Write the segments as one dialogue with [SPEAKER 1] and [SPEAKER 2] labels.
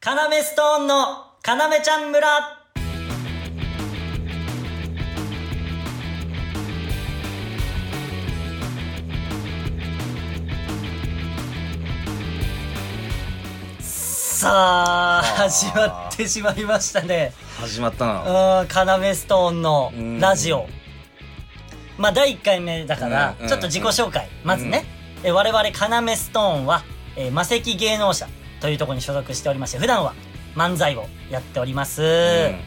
[SPEAKER 1] カナメストーンのカナメちゃん村さあ始まってしまいましたね
[SPEAKER 2] 始まったな
[SPEAKER 1] うんカナメストーンのラジオまあ第1回目だから
[SPEAKER 2] うん
[SPEAKER 1] ちょっと自己紹介まずねえ我々カナメストーンはえー魔石芸能社というところに所属しておりまして普段は漫才をやっておりますで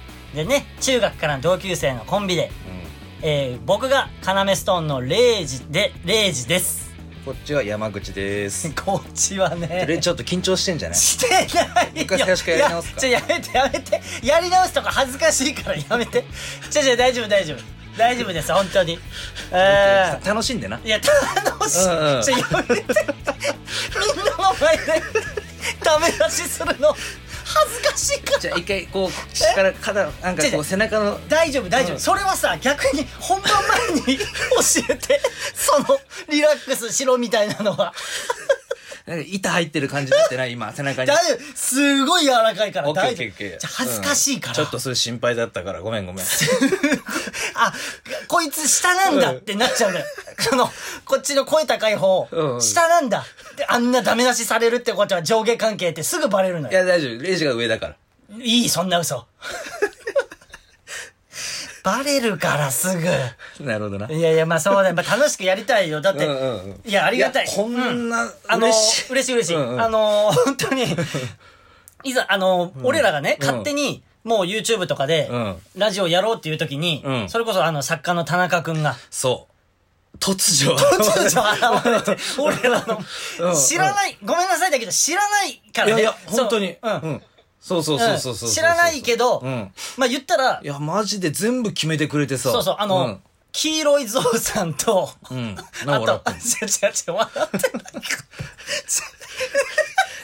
[SPEAKER 1] ね中学からの同級生のコンビでえー僕がカナメストーンのレイジでレイジです
[SPEAKER 2] こっちは山口です
[SPEAKER 1] こっちはね
[SPEAKER 2] それちょっと緊張してんじゃない
[SPEAKER 1] してないよ
[SPEAKER 2] 一回最初からやり直すか
[SPEAKER 1] いやちょやめてやめてやり直すとか恥ずかしいからやめてちょちょ大丈夫大丈夫大丈夫です本 当に え
[SPEAKER 2] 楽しんでな
[SPEAKER 1] ーいや楽しい、
[SPEAKER 2] うんうん
[SPEAKER 1] ちょやめてみんなの前でダメ出しするの恥ずかしいから
[SPEAKER 2] じゃあ一回こうこっちから肩なんか
[SPEAKER 1] 違う違
[SPEAKER 2] こ
[SPEAKER 1] う
[SPEAKER 2] う背中の
[SPEAKER 1] 大丈夫大丈夫、
[SPEAKER 2] うん
[SPEAKER 1] それはさ逆に本番前に教えてそのリラックスしろみたいなのは
[SPEAKER 2] なんか板入ってる感じになってない今背中
[SPEAKER 1] 大
[SPEAKER 2] に
[SPEAKER 1] 丈夫すごい柔らかいから
[SPEAKER 2] オッケーオ
[SPEAKER 1] 大
[SPEAKER 2] ッケ
[SPEAKER 1] 丈
[SPEAKER 2] ーオッケー
[SPEAKER 1] 夫じゃ恥ずかしいから、
[SPEAKER 2] うんちょっとそれ心配だったからごめんごめん
[SPEAKER 1] あ、こいつ下なんだってなっちゃうんだよ。その、こっちの声高い方、
[SPEAKER 2] うんうん
[SPEAKER 1] 下なんだってあんなダメ出しされるってことは上下関係ってすぐバレるの
[SPEAKER 2] い
[SPEAKER 1] よ。
[SPEAKER 2] や大丈夫レイジが上だから
[SPEAKER 1] いい、そんな嘘。 バレるからすぐ。
[SPEAKER 2] なるほどない
[SPEAKER 1] やいや、まあそうだよ。まあ楽しくやりたいよ。だって、
[SPEAKER 2] うんうんうん
[SPEAKER 1] いや、ありがたい。
[SPEAKER 2] いやこんな
[SPEAKER 1] うあの、
[SPEAKER 2] 嬉
[SPEAKER 1] 嬉
[SPEAKER 2] しい
[SPEAKER 1] しい嬉しい。
[SPEAKER 2] うんうん
[SPEAKER 1] あの、本当 に、いざ、あの、俺らがね、
[SPEAKER 2] うん
[SPEAKER 1] 勝手に、もう YouTube とかで
[SPEAKER 2] うん、
[SPEAKER 1] ラジオやろうっていう時に、
[SPEAKER 2] うん
[SPEAKER 1] それこそあの、作家の田中くん が、
[SPEAKER 2] そう突如
[SPEAKER 1] 突如 現れて、俺ら
[SPEAKER 2] うんう
[SPEAKER 1] の、
[SPEAKER 2] ん
[SPEAKER 1] 知らない、ごめんなさいだけど、知らないから
[SPEAKER 2] い
[SPEAKER 1] ね。
[SPEAKER 2] やいや
[SPEAKER 1] そう
[SPEAKER 2] 本当に
[SPEAKER 1] うん。
[SPEAKER 2] うんそうそうそうそうそうそう
[SPEAKER 1] 知らないけど
[SPEAKER 2] うん
[SPEAKER 1] まあ言ったら
[SPEAKER 2] い、やマジで全部決めてくれてさ
[SPEAKER 1] そうそう、あ
[SPEAKER 2] ん
[SPEAKER 1] の、黄色いゾウさんと、
[SPEAKER 2] うん。なん
[SPEAKER 1] あ
[SPEAKER 2] か
[SPEAKER 1] と、違う違う
[SPEAKER 2] 笑って
[SPEAKER 1] 違う、笑ってない。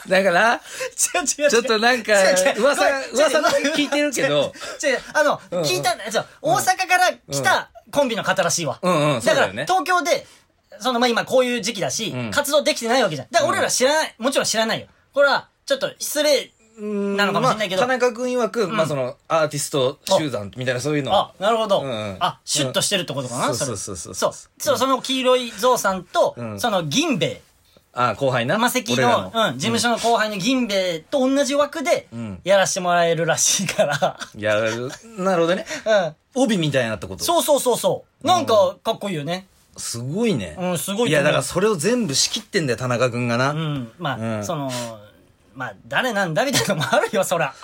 [SPEAKER 2] るだから、
[SPEAKER 1] 違う違う違う。
[SPEAKER 2] ちょっとなんか
[SPEAKER 1] 違う違う
[SPEAKER 2] 噂
[SPEAKER 1] ごめん
[SPEAKER 2] 噂の
[SPEAKER 1] 違う違う
[SPEAKER 2] 聞いてるけど
[SPEAKER 1] 違う違うあの、
[SPEAKER 2] うん
[SPEAKER 1] 聞いたんだよ。大阪から来たコンビの方らしいわ。
[SPEAKER 2] うんうんそ
[SPEAKER 1] だ
[SPEAKER 2] う
[SPEAKER 1] か
[SPEAKER 2] だ
[SPEAKER 1] ら、
[SPEAKER 2] よね
[SPEAKER 1] 東京で、その、まあ、今こういう時期だし、
[SPEAKER 2] うん
[SPEAKER 1] 活動できてないわけじゃん。だから俺ら知らない、もちろん知らないよ。これは、ちょっと失礼なのかもしれないけど。
[SPEAKER 2] まあ田中君曰く、まあその、アーティスト集団みたいなそういうの。
[SPEAKER 1] あ、なるほど。
[SPEAKER 2] うんうん
[SPEAKER 1] あ、シュッとしてるってことかな、
[SPEAKER 2] うん
[SPEAKER 1] それ。
[SPEAKER 2] そうそうそう
[SPEAKER 1] そ
[SPEAKER 2] そうう。
[SPEAKER 1] そう、その黄色いゾウさんと、
[SPEAKER 2] うん
[SPEAKER 1] その銀兵衛。
[SPEAKER 2] あ、後輩な。
[SPEAKER 1] 山石
[SPEAKER 2] 俺ら
[SPEAKER 1] の、うん、事務所の後輩の銀兵衛と同じ枠で
[SPEAKER 2] ん、
[SPEAKER 1] やらしてもらえるらしいから。
[SPEAKER 2] いや、なるほどね。
[SPEAKER 1] うん。
[SPEAKER 2] 帯みたいなってこと。
[SPEAKER 1] そうそうそうそう。なんか、かっこいいよね。
[SPEAKER 2] すごいね。
[SPEAKER 1] うんすごいと思う
[SPEAKER 2] いや、だからそれを全部仕切ってんだよ、田中君がな。
[SPEAKER 1] うん。ま
[SPEAKER 2] う
[SPEAKER 1] あ、
[SPEAKER 2] ん
[SPEAKER 1] その、まあ、誰なんだみたいなのもあるよ、 そら。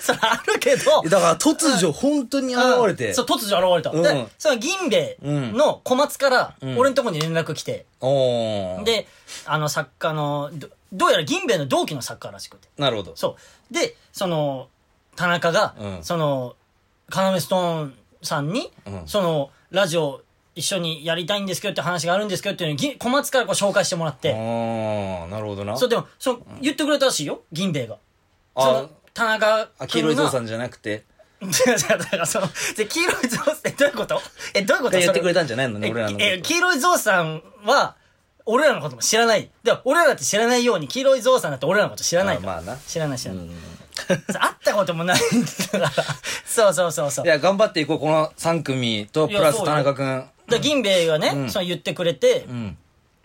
[SPEAKER 1] そらあるけど。
[SPEAKER 2] だから突如、本当に現れて。
[SPEAKER 1] そう、突如現れ
[SPEAKER 2] うん
[SPEAKER 1] た。で、その銀兵衛の小松から、
[SPEAKER 2] うん
[SPEAKER 1] 俺のとこに連絡来て、
[SPEAKER 2] おー。、
[SPEAKER 1] で、あの作家の、どどうやら銀兵衛の同期の作家らしくて。
[SPEAKER 2] なるほど。
[SPEAKER 1] そう。で、その、田中が、
[SPEAKER 2] うん
[SPEAKER 1] その、カナメストーンさんに、
[SPEAKER 2] うん
[SPEAKER 1] その、ラジオ一緒にやりたいんですけどって話があるんですけどっていうのに、銀小松からこう紹介してもらっ
[SPEAKER 2] あ
[SPEAKER 1] て、
[SPEAKER 2] ー、なるほどな。
[SPEAKER 1] そう、でも、そう、言ってくれたらしいよ、銀兵衛が。
[SPEAKER 2] あ
[SPEAKER 1] その、田中
[SPEAKER 2] あ、黄色いゾウさ
[SPEAKER 1] ん。
[SPEAKER 2] んじゃなくて。
[SPEAKER 1] 違う違う、だからその、で黄色いゾウってどういうことえ、どういうこと
[SPEAKER 2] がやってくれ
[SPEAKER 1] た
[SPEAKER 2] たんじゃないのね、俺らのこと。
[SPEAKER 1] え、黄色いゾウさんは、俺らのことも知らない。でも俺らだって知らないように、黄色いゾウさんだって俺らのこと知らないから。
[SPEAKER 2] あまあな
[SPEAKER 1] 知らない知ら
[SPEAKER 2] う
[SPEAKER 1] ない。
[SPEAKER 2] ん
[SPEAKER 1] そう会ったこともないんだから。そうそうそうそう。
[SPEAKER 2] い
[SPEAKER 1] だか
[SPEAKER 2] や、頑張っていこう、この3組と、
[SPEAKER 1] い
[SPEAKER 2] プ
[SPEAKER 1] や
[SPEAKER 2] ラス
[SPEAKER 1] そう
[SPEAKER 2] 田
[SPEAKER 1] よ
[SPEAKER 2] 中くん。
[SPEAKER 1] ら銀兵衛がね、
[SPEAKER 2] うん
[SPEAKER 1] その言ってくれて、
[SPEAKER 2] うん。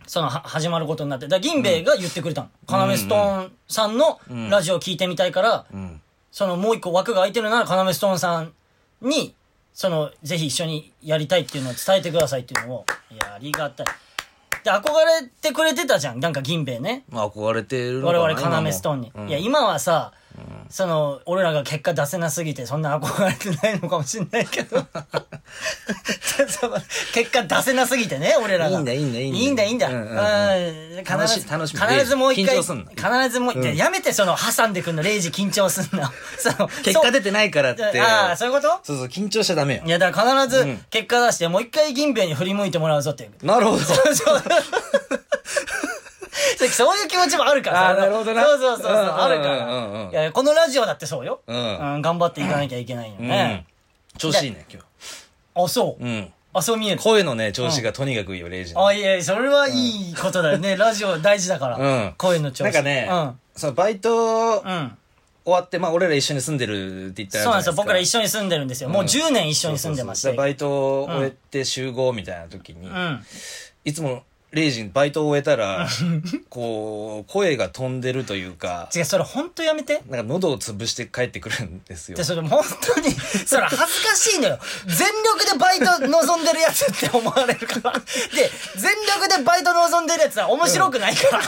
[SPEAKER 1] そのは始まることになって。だから銀兵衛が言ってくれたの。カナメストーンさんのラジオ聞いてみたいから、
[SPEAKER 2] うん。
[SPEAKER 1] そのもう一個枠が空いてるならカナメストーンさんに、その、ぜひ一緒にやりたいっていうのを伝えてくださいっていうのを。いや、ありがたい。で、憧れてくれてたじゃん。なんか銀兵衛ね。
[SPEAKER 2] まあ、憧れてるのか
[SPEAKER 1] 我
[SPEAKER 2] な
[SPEAKER 1] 々カナメストーンに。いや、、今はさ、その、俺らが結果出せなすぎて、そんな憧れてないのかもしんないけ ど。その結果出せなすぎてね、俺らが。
[SPEAKER 2] いいんだいいんだいいんだ
[SPEAKER 1] いいんだ、いいんだ。
[SPEAKER 2] うんうんうん
[SPEAKER 1] うん必ず
[SPEAKER 2] 楽しい楽しみ
[SPEAKER 1] 必ずもう一回。
[SPEAKER 2] 緊張すん
[SPEAKER 1] 必ずもう、いややめて、その、挟んでくんの、レイジ緊張すん な。その、
[SPEAKER 2] うん結果出てないからって。
[SPEAKER 1] そうああ、そういうこと
[SPEAKER 2] そうそう、緊張しちゃダメよ
[SPEAKER 1] い。や、だから必ず
[SPEAKER 2] うん
[SPEAKER 1] 結果出して、もう一回銀兵衛に振り向いてもらうぞっていう。
[SPEAKER 2] なるほど。
[SPEAKER 1] そうそう。そういう気持ちもあるから
[SPEAKER 2] あーなるほどな
[SPEAKER 1] そうそうそうそう、
[SPEAKER 2] うんうんうんうん
[SPEAKER 1] あるから。いや、このラジオだってそうよ。
[SPEAKER 2] うん
[SPEAKER 1] ん頑張っていかなきゃいけないよ
[SPEAKER 2] うん
[SPEAKER 1] ね。。
[SPEAKER 2] 調子いいね、今
[SPEAKER 1] あ、そう。
[SPEAKER 2] 日。うん。
[SPEAKER 1] あ、そう見える。
[SPEAKER 2] 声のね、調子がとにかくいいよ、レイジの。
[SPEAKER 1] あ、いやいや、それはいいことだよね。ラジオ大事だから。
[SPEAKER 2] うん
[SPEAKER 1] 声の調子。
[SPEAKER 2] なんかね
[SPEAKER 1] うん。、
[SPEAKER 2] そのバイ
[SPEAKER 1] うん。
[SPEAKER 2] ト終わって、まあ俺ら一緒に住んでるって言った
[SPEAKER 1] そうなん
[SPEAKER 2] らじゃない
[SPEAKER 1] ですよ。僕ら一緒に住んでるんですよ。もう10年一緒に住んでまし
[SPEAKER 2] そうそうそうだから
[SPEAKER 1] て。
[SPEAKER 2] バイトを終えて集合みたいな時に、
[SPEAKER 1] うん。
[SPEAKER 2] いつも0時にバイトを終えたら、こう、声が飛んでるというか、
[SPEAKER 1] 違う、それ本当やめて。
[SPEAKER 2] なんか喉を潰して帰ってくるんですよ
[SPEAKER 1] で、。それ本当に、それ恥ずかしいのよ。全力でバイト望んでるやつって思われるから。で、全力でバイト望んでるやつは面白くないから。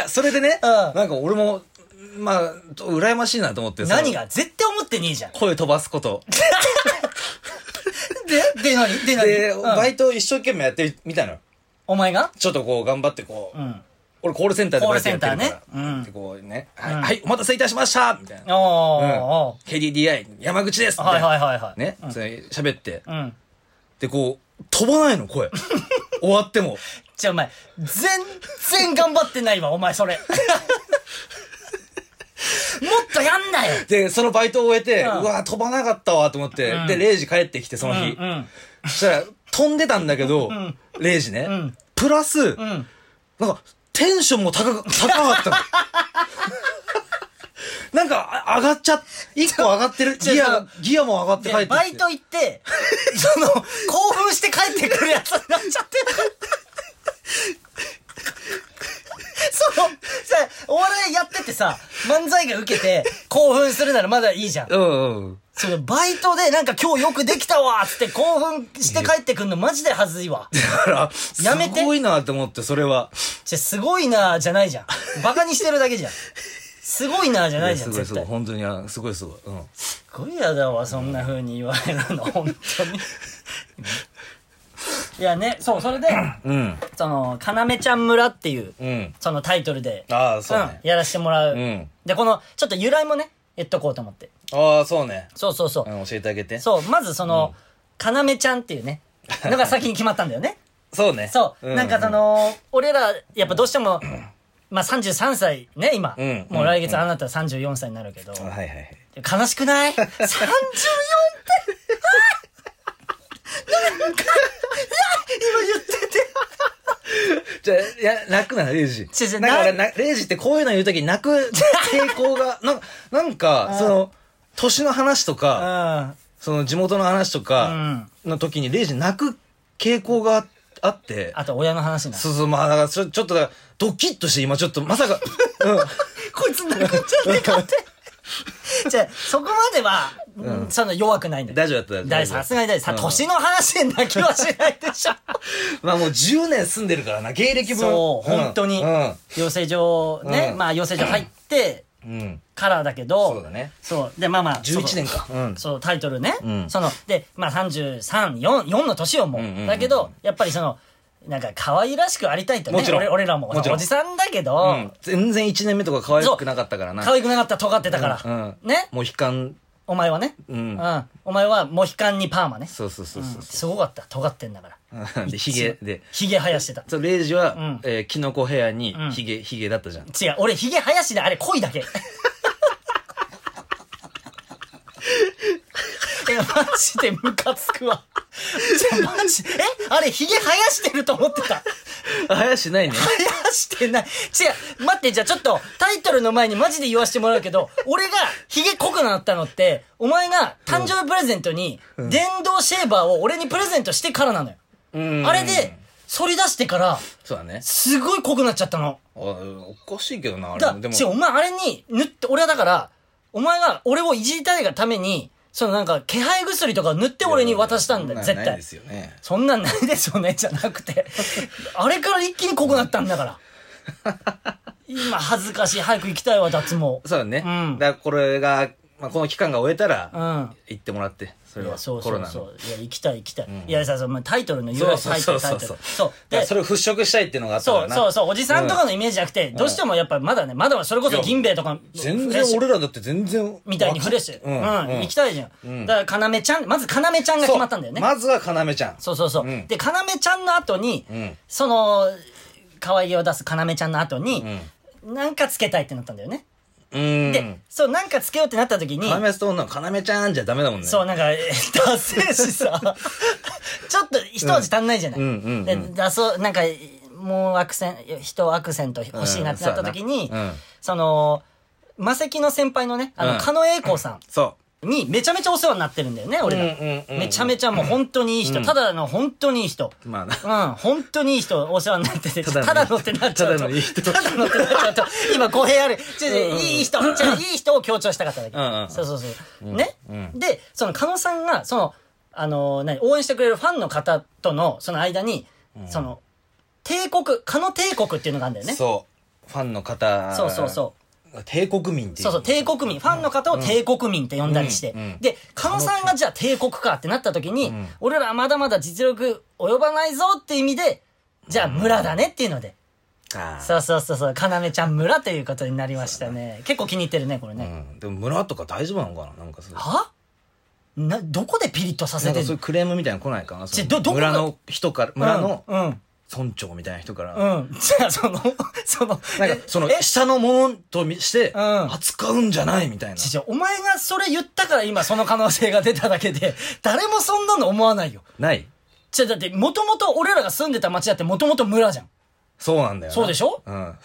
[SPEAKER 2] 違う、それでね、
[SPEAKER 1] うん
[SPEAKER 2] なんか俺も、まあ、羨ましいなと思ってその
[SPEAKER 1] 何が絶対思ってねえじゃん。
[SPEAKER 2] 声飛ばすこと。
[SPEAKER 1] で、で何で何
[SPEAKER 2] で、
[SPEAKER 1] うん
[SPEAKER 2] バイト一生懸命やってみたのよ。
[SPEAKER 1] お前が
[SPEAKER 2] ちょっとこう頑張ってこう、
[SPEAKER 1] うん。
[SPEAKER 2] 俺コールセンターでバイトやってるから。
[SPEAKER 1] コールセンターねうん
[SPEAKER 2] でこうね、はい、はい、お待たせいたしましたみたい
[SPEAKER 1] おー
[SPEAKER 2] な。
[SPEAKER 1] お
[SPEAKER 2] KDDI、山口です
[SPEAKER 1] ー、
[SPEAKER 2] み
[SPEAKER 1] は
[SPEAKER 2] た
[SPEAKER 1] い
[SPEAKER 2] いな。
[SPEAKER 1] はいはいはい。
[SPEAKER 2] ね、それ喋って。
[SPEAKER 1] うん。
[SPEAKER 2] で、こう、飛ばない の、声。終わっても。
[SPEAKER 1] じゃあお前、全然頑張ってないわ、お前そ れ。もっとやんなよ
[SPEAKER 2] で、そのバイトを終えて、う
[SPEAKER 1] うん
[SPEAKER 2] わ、飛ばなかったわ、と思って、
[SPEAKER 1] うん
[SPEAKER 2] で、0時帰ってきて、その日。
[SPEAKER 1] うんうん
[SPEAKER 2] そしたら、飛んでたんだけど、
[SPEAKER 1] ん
[SPEAKER 2] 0時ね。
[SPEAKER 1] ん
[SPEAKER 2] プラス、
[SPEAKER 1] うん。
[SPEAKER 2] なんか、テンションも高く、高か ったの。なんか、あ上がっちゃっ、一個上がってる。
[SPEAKER 1] ちょ
[SPEAKER 2] ギア、ギアも上がって帰って
[SPEAKER 1] で
[SPEAKER 2] きて。
[SPEAKER 1] バイト行 って、その、興奮して帰ってくるやつになっちゃって その、さ、お笑いやっててさ、漫才が受けて、興奮するならまだいいじゃん。
[SPEAKER 2] うんうん。
[SPEAKER 1] その、バイトでなんか今日よくできたわっつって興奮して帰ってくんのマジで恥ずいわ。
[SPEAKER 2] だから、す
[SPEAKER 1] やめて
[SPEAKER 2] ごいなって思って、それは。
[SPEAKER 1] じゃ、すごいなーじゃないじゃん。バカにしてるだけじゃん。すごいなーじゃないじゃ
[SPEAKER 2] す
[SPEAKER 1] ん、
[SPEAKER 2] ごい
[SPEAKER 1] 絶
[SPEAKER 2] すごい。
[SPEAKER 1] 対。
[SPEAKER 2] 本当に、あすごいすごい。うん。
[SPEAKER 1] すごいやだわ、そんな風に言われるの、本当に。いやね、そう、それで、
[SPEAKER 2] うん。
[SPEAKER 1] その、かなめちゃん村っていう、
[SPEAKER 2] うん。
[SPEAKER 1] そのタイトルで、
[SPEAKER 2] ああ、そうね。
[SPEAKER 1] んやらせてもらう。
[SPEAKER 2] うん
[SPEAKER 1] で、この、ちょっと由来もね、言っとこうと思って。
[SPEAKER 2] ああ、そうね。
[SPEAKER 1] そうそうそう。
[SPEAKER 2] うん、教えてあげて。
[SPEAKER 1] そう、まずその、かなめちゃんっていうね、のが先に決まったんだよ ね。
[SPEAKER 2] そうね。
[SPEAKER 1] そう、
[SPEAKER 2] ん
[SPEAKER 1] なんかそ、の、俺ら、やっぱどうしても、まあ33歳ね、今。
[SPEAKER 2] うん
[SPEAKER 1] もう来月あなた34歳になるけど、
[SPEAKER 2] うんあはいはいはい。
[SPEAKER 1] 悲しくない ?34 って、なんか、 今言ってて。
[SPEAKER 2] じゃあ、いや、泣くな、レイジ
[SPEAKER 1] 違う違う。
[SPEAKER 2] なんか俺な、レイジってこういうの言うとき泣く 傾向が、なんか、なんか、その、年の話とか、その地元の話とか、の時にレイジ泣く傾向があって、
[SPEAKER 1] あと親の話な。
[SPEAKER 2] そうそう、まあ、だからちょちょっとだから、ドキッとして今ちょっと、ま さか、うん。
[SPEAKER 1] こいつ泣くんじゃねえかって。 じゃあ、そこまでは、その弱くないんだよ。
[SPEAKER 2] 大丈夫だった
[SPEAKER 1] だいさすがに大丈夫。さ、年の話で泣きはしないで しょ。
[SPEAKER 2] まあもう10年住んでるからな、芸歴分。
[SPEAKER 1] そう、
[SPEAKER 2] ん
[SPEAKER 1] 本当に
[SPEAKER 2] うん。。
[SPEAKER 1] 養成所ね
[SPEAKER 2] う、ん
[SPEAKER 1] まあ養成所入って
[SPEAKER 2] うん。
[SPEAKER 1] からだけど、
[SPEAKER 2] そうだね。
[SPEAKER 1] そう。で、まあまあ。
[SPEAKER 2] 11年か。うん。
[SPEAKER 1] そう、タイトルね。
[SPEAKER 2] うん
[SPEAKER 1] その、で、まあ、33、4、4の年をもう。
[SPEAKER 2] うんうんうん
[SPEAKER 1] だけど、やっぱりその、なんか、可愛らしくありたいとね。
[SPEAKER 2] もちろん
[SPEAKER 1] 俺俺らも
[SPEAKER 2] もちろん
[SPEAKER 1] おじさんだけど、
[SPEAKER 2] うん。全然1年目とか可愛くなかったからな。
[SPEAKER 1] 可愛くなかった、尖ってたから。
[SPEAKER 2] うん。
[SPEAKER 1] ね
[SPEAKER 2] もう悲観。
[SPEAKER 1] お前はね。
[SPEAKER 2] う。
[SPEAKER 1] うんん。お前は、モヒカンにパーマね。
[SPEAKER 2] そうそうそうそう。
[SPEAKER 1] すごかった、尖ってんだから。
[SPEAKER 2] うんで、ヒゲで。
[SPEAKER 1] ヒゲ生やしてた。
[SPEAKER 2] そう、レイジは、
[SPEAKER 1] うん
[SPEAKER 2] えーキノコヘアに
[SPEAKER 1] ん
[SPEAKER 2] ヒゲ、ヒゲだったじゃん。
[SPEAKER 1] 違う、俺ヒゲ生やしであれ恋だけ。い や、マジでムカつくわ。じゃ、マジ、えあれヒゲ生やしてると思ってた。
[SPEAKER 2] あ、やしないね。
[SPEAKER 1] 生やしてない。違う、待って、じゃあちょっと、タイトルの前にマジで言わせてもらうけど、俺がヒゲ濃くなったのって、お前が誕生日プレゼントに、電動シェーバーを俺にプレゼントしてからなのよ。
[SPEAKER 2] うん
[SPEAKER 1] あれで、、反り出してから、
[SPEAKER 2] そうだね。
[SPEAKER 1] すごい濃くなっちゃったの。
[SPEAKER 2] あおかしいけどな、あれ
[SPEAKER 1] だ
[SPEAKER 2] も。でも
[SPEAKER 1] 違う、お前あれに塗って、俺はだから、お前が俺をいじりたいがために、そのなんか、気配薬とか塗って俺に渡したんだよ、
[SPEAKER 2] そ
[SPEAKER 1] 絶
[SPEAKER 2] なない
[SPEAKER 1] 対
[SPEAKER 2] で。すよね。
[SPEAKER 1] そんなんないですよね、じゃなく て。あれから一気に濃くなったんだから。 今恥ずかしい、早く行きたいわ、脱毛。
[SPEAKER 2] そうだね。
[SPEAKER 1] うん
[SPEAKER 2] だからこれが、まあ、この期間が終えた
[SPEAKER 1] う
[SPEAKER 2] ら、
[SPEAKER 1] ん。
[SPEAKER 2] 行ってもらって、そ
[SPEAKER 1] い
[SPEAKER 2] れ
[SPEAKER 1] や、
[SPEAKER 2] は、
[SPEAKER 1] そう
[SPEAKER 2] コ
[SPEAKER 1] そ
[SPEAKER 2] ロ
[SPEAKER 1] う
[SPEAKER 2] ナの。
[SPEAKER 1] そう。いや、行きたい行きたい。いや、さ、そのタイトルの由
[SPEAKER 2] そう
[SPEAKER 1] 来、
[SPEAKER 2] そ
[SPEAKER 1] タ
[SPEAKER 2] う
[SPEAKER 1] イトル、タイ
[SPEAKER 2] そうそう
[SPEAKER 1] ト
[SPEAKER 2] そ
[SPEAKER 1] ル
[SPEAKER 2] う。。
[SPEAKER 1] そう。
[SPEAKER 2] だか
[SPEAKER 1] で
[SPEAKER 2] らそれを払拭したいっていうのがあったか
[SPEAKER 1] そ
[SPEAKER 2] ら
[SPEAKER 1] う
[SPEAKER 2] な。
[SPEAKER 1] そうそう、おじさんとかのイメージじゃなくて、どうしてもやっぱまだね、まだそれこそ銀兵衛とか、
[SPEAKER 2] 全
[SPEAKER 1] フレッシュ
[SPEAKER 2] 然俺らだって全然。
[SPEAKER 1] みたいにフレッシュ。
[SPEAKER 2] う
[SPEAKER 1] うんん、
[SPEAKER 2] うん
[SPEAKER 1] 行きたいじゃん。
[SPEAKER 2] ん
[SPEAKER 1] だから、要ちゃん、まず要ちゃんが決まったんだよね。
[SPEAKER 2] そうまずは要ちゃん。
[SPEAKER 1] そうそうそう。
[SPEAKER 2] うん
[SPEAKER 1] で、要ちゃんの後に、
[SPEAKER 2] うん
[SPEAKER 1] その、可愛げを出す要ちゃんの後に、
[SPEAKER 2] うん。
[SPEAKER 1] なんかつけたいってなったんだよね。
[SPEAKER 2] うん。
[SPEAKER 1] で、そう、なんかつけようってなった時に、
[SPEAKER 2] 要ストーンの要ちゃんじゃダメだもんね。
[SPEAKER 1] そう、なんか、えーダセえしさ、 ちょっと一味足んないじゃない。
[SPEAKER 2] うんうんうん
[SPEAKER 1] で、出そう、なんか、もうアクセント、人アクセント欲しいなってなった時に、
[SPEAKER 2] うんそうやなうん
[SPEAKER 1] その、魔石の先輩のね、あ
[SPEAKER 2] うん
[SPEAKER 1] の、狩野英孝さ
[SPEAKER 2] そ
[SPEAKER 1] んにめちゃめちゃお世話になってるんだよね、
[SPEAKER 2] う。
[SPEAKER 1] 俺ら。めちゃめちゃもう本当にいい人。
[SPEAKER 2] うん
[SPEAKER 1] ただの本当にいい人。
[SPEAKER 2] ゃ。まあな。
[SPEAKER 1] うん、本当にいい人お世話になってて、
[SPEAKER 2] た
[SPEAKER 1] た
[SPEAKER 2] だの
[SPEAKER 1] だのってなっちゃうと。
[SPEAKER 2] ただのいい人
[SPEAKER 1] ただのってなっちゃうと、今語弊ある。ちょ
[SPEAKER 2] うんうん
[SPEAKER 1] ちょいい人、ちょいい人を強調したかっただけ。
[SPEAKER 2] うんうん
[SPEAKER 1] そうそうそう。ね、
[SPEAKER 2] うん
[SPEAKER 1] で、その狩野さんが、その、あの何、応援してくれるファンの方との、その間に、その、帝国、狩野帝国っていうのがあるんだよね。
[SPEAKER 2] そう。ファンの方。
[SPEAKER 1] そうそうそう。
[SPEAKER 2] う。帝国民っていう。
[SPEAKER 1] そうそう、帝国民。ファンの方を帝国民って呼んだりして。
[SPEAKER 2] うんうん
[SPEAKER 1] で、狩野さんがじゃあ帝国かってなった時に、
[SPEAKER 2] ん
[SPEAKER 1] 俺らはまだまだ実力及ばないぞって意味で、じゃあ村だねっていうので。
[SPEAKER 2] あー
[SPEAKER 1] そうそうそうそう、かなめちゃん村ということになりましたね。結構気に入ってるね、これ
[SPEAKER 2] う
[SPEAKER 1] ね。
[SPEAKER 2] ん。でも村とか大丈夫なのかななんかそう。
[SPEAKER 1] はな、どこでピリッとさ
[SPEAKER 2] な
[SPEAKER 1] せ
[SPEAKER 2] ん
[SPEAKER 1] て
[SPEAKER 2] か
[SPEAKER 1] ん
[SPEAKER 2] そういう
[SPEAKER 1] の
[SPEAKER 2] クレームみたいなの来ないかなその
[SPEAKER 1] ちょどどこが
[SPEAKER 2] 村の人から、村の
[SPEAKER 1] うん。
[SPEAKER 2] 村長みたいな人から。
[SPEAKER 1] うん。 うんじゃあ、その、その、
[SPEAKER 2] なんか
[SPEAKER 1] え、
[SPEAKER 2] その、
[SPEAKER 1] え、
[SPEAKER 2] 下のものとみして、
[SPEAKER 1] うん
[SPEAKER 2] 扱うんじゃないみたいな。
[SPEAKER 1] ちちょお前がそれ言ったから今その可能性が出ただけで、誰もそんなの思わないよ。
[SPEAKER 2] ない
[SPEAKER 1] じゃあだって、もともと俺らが住んでた町だってもともと村じゃん。
[SPEAKER 2] そうなんだよな。
[SPEAKER 1] そうでしょ
[SPEAKER 2] うん。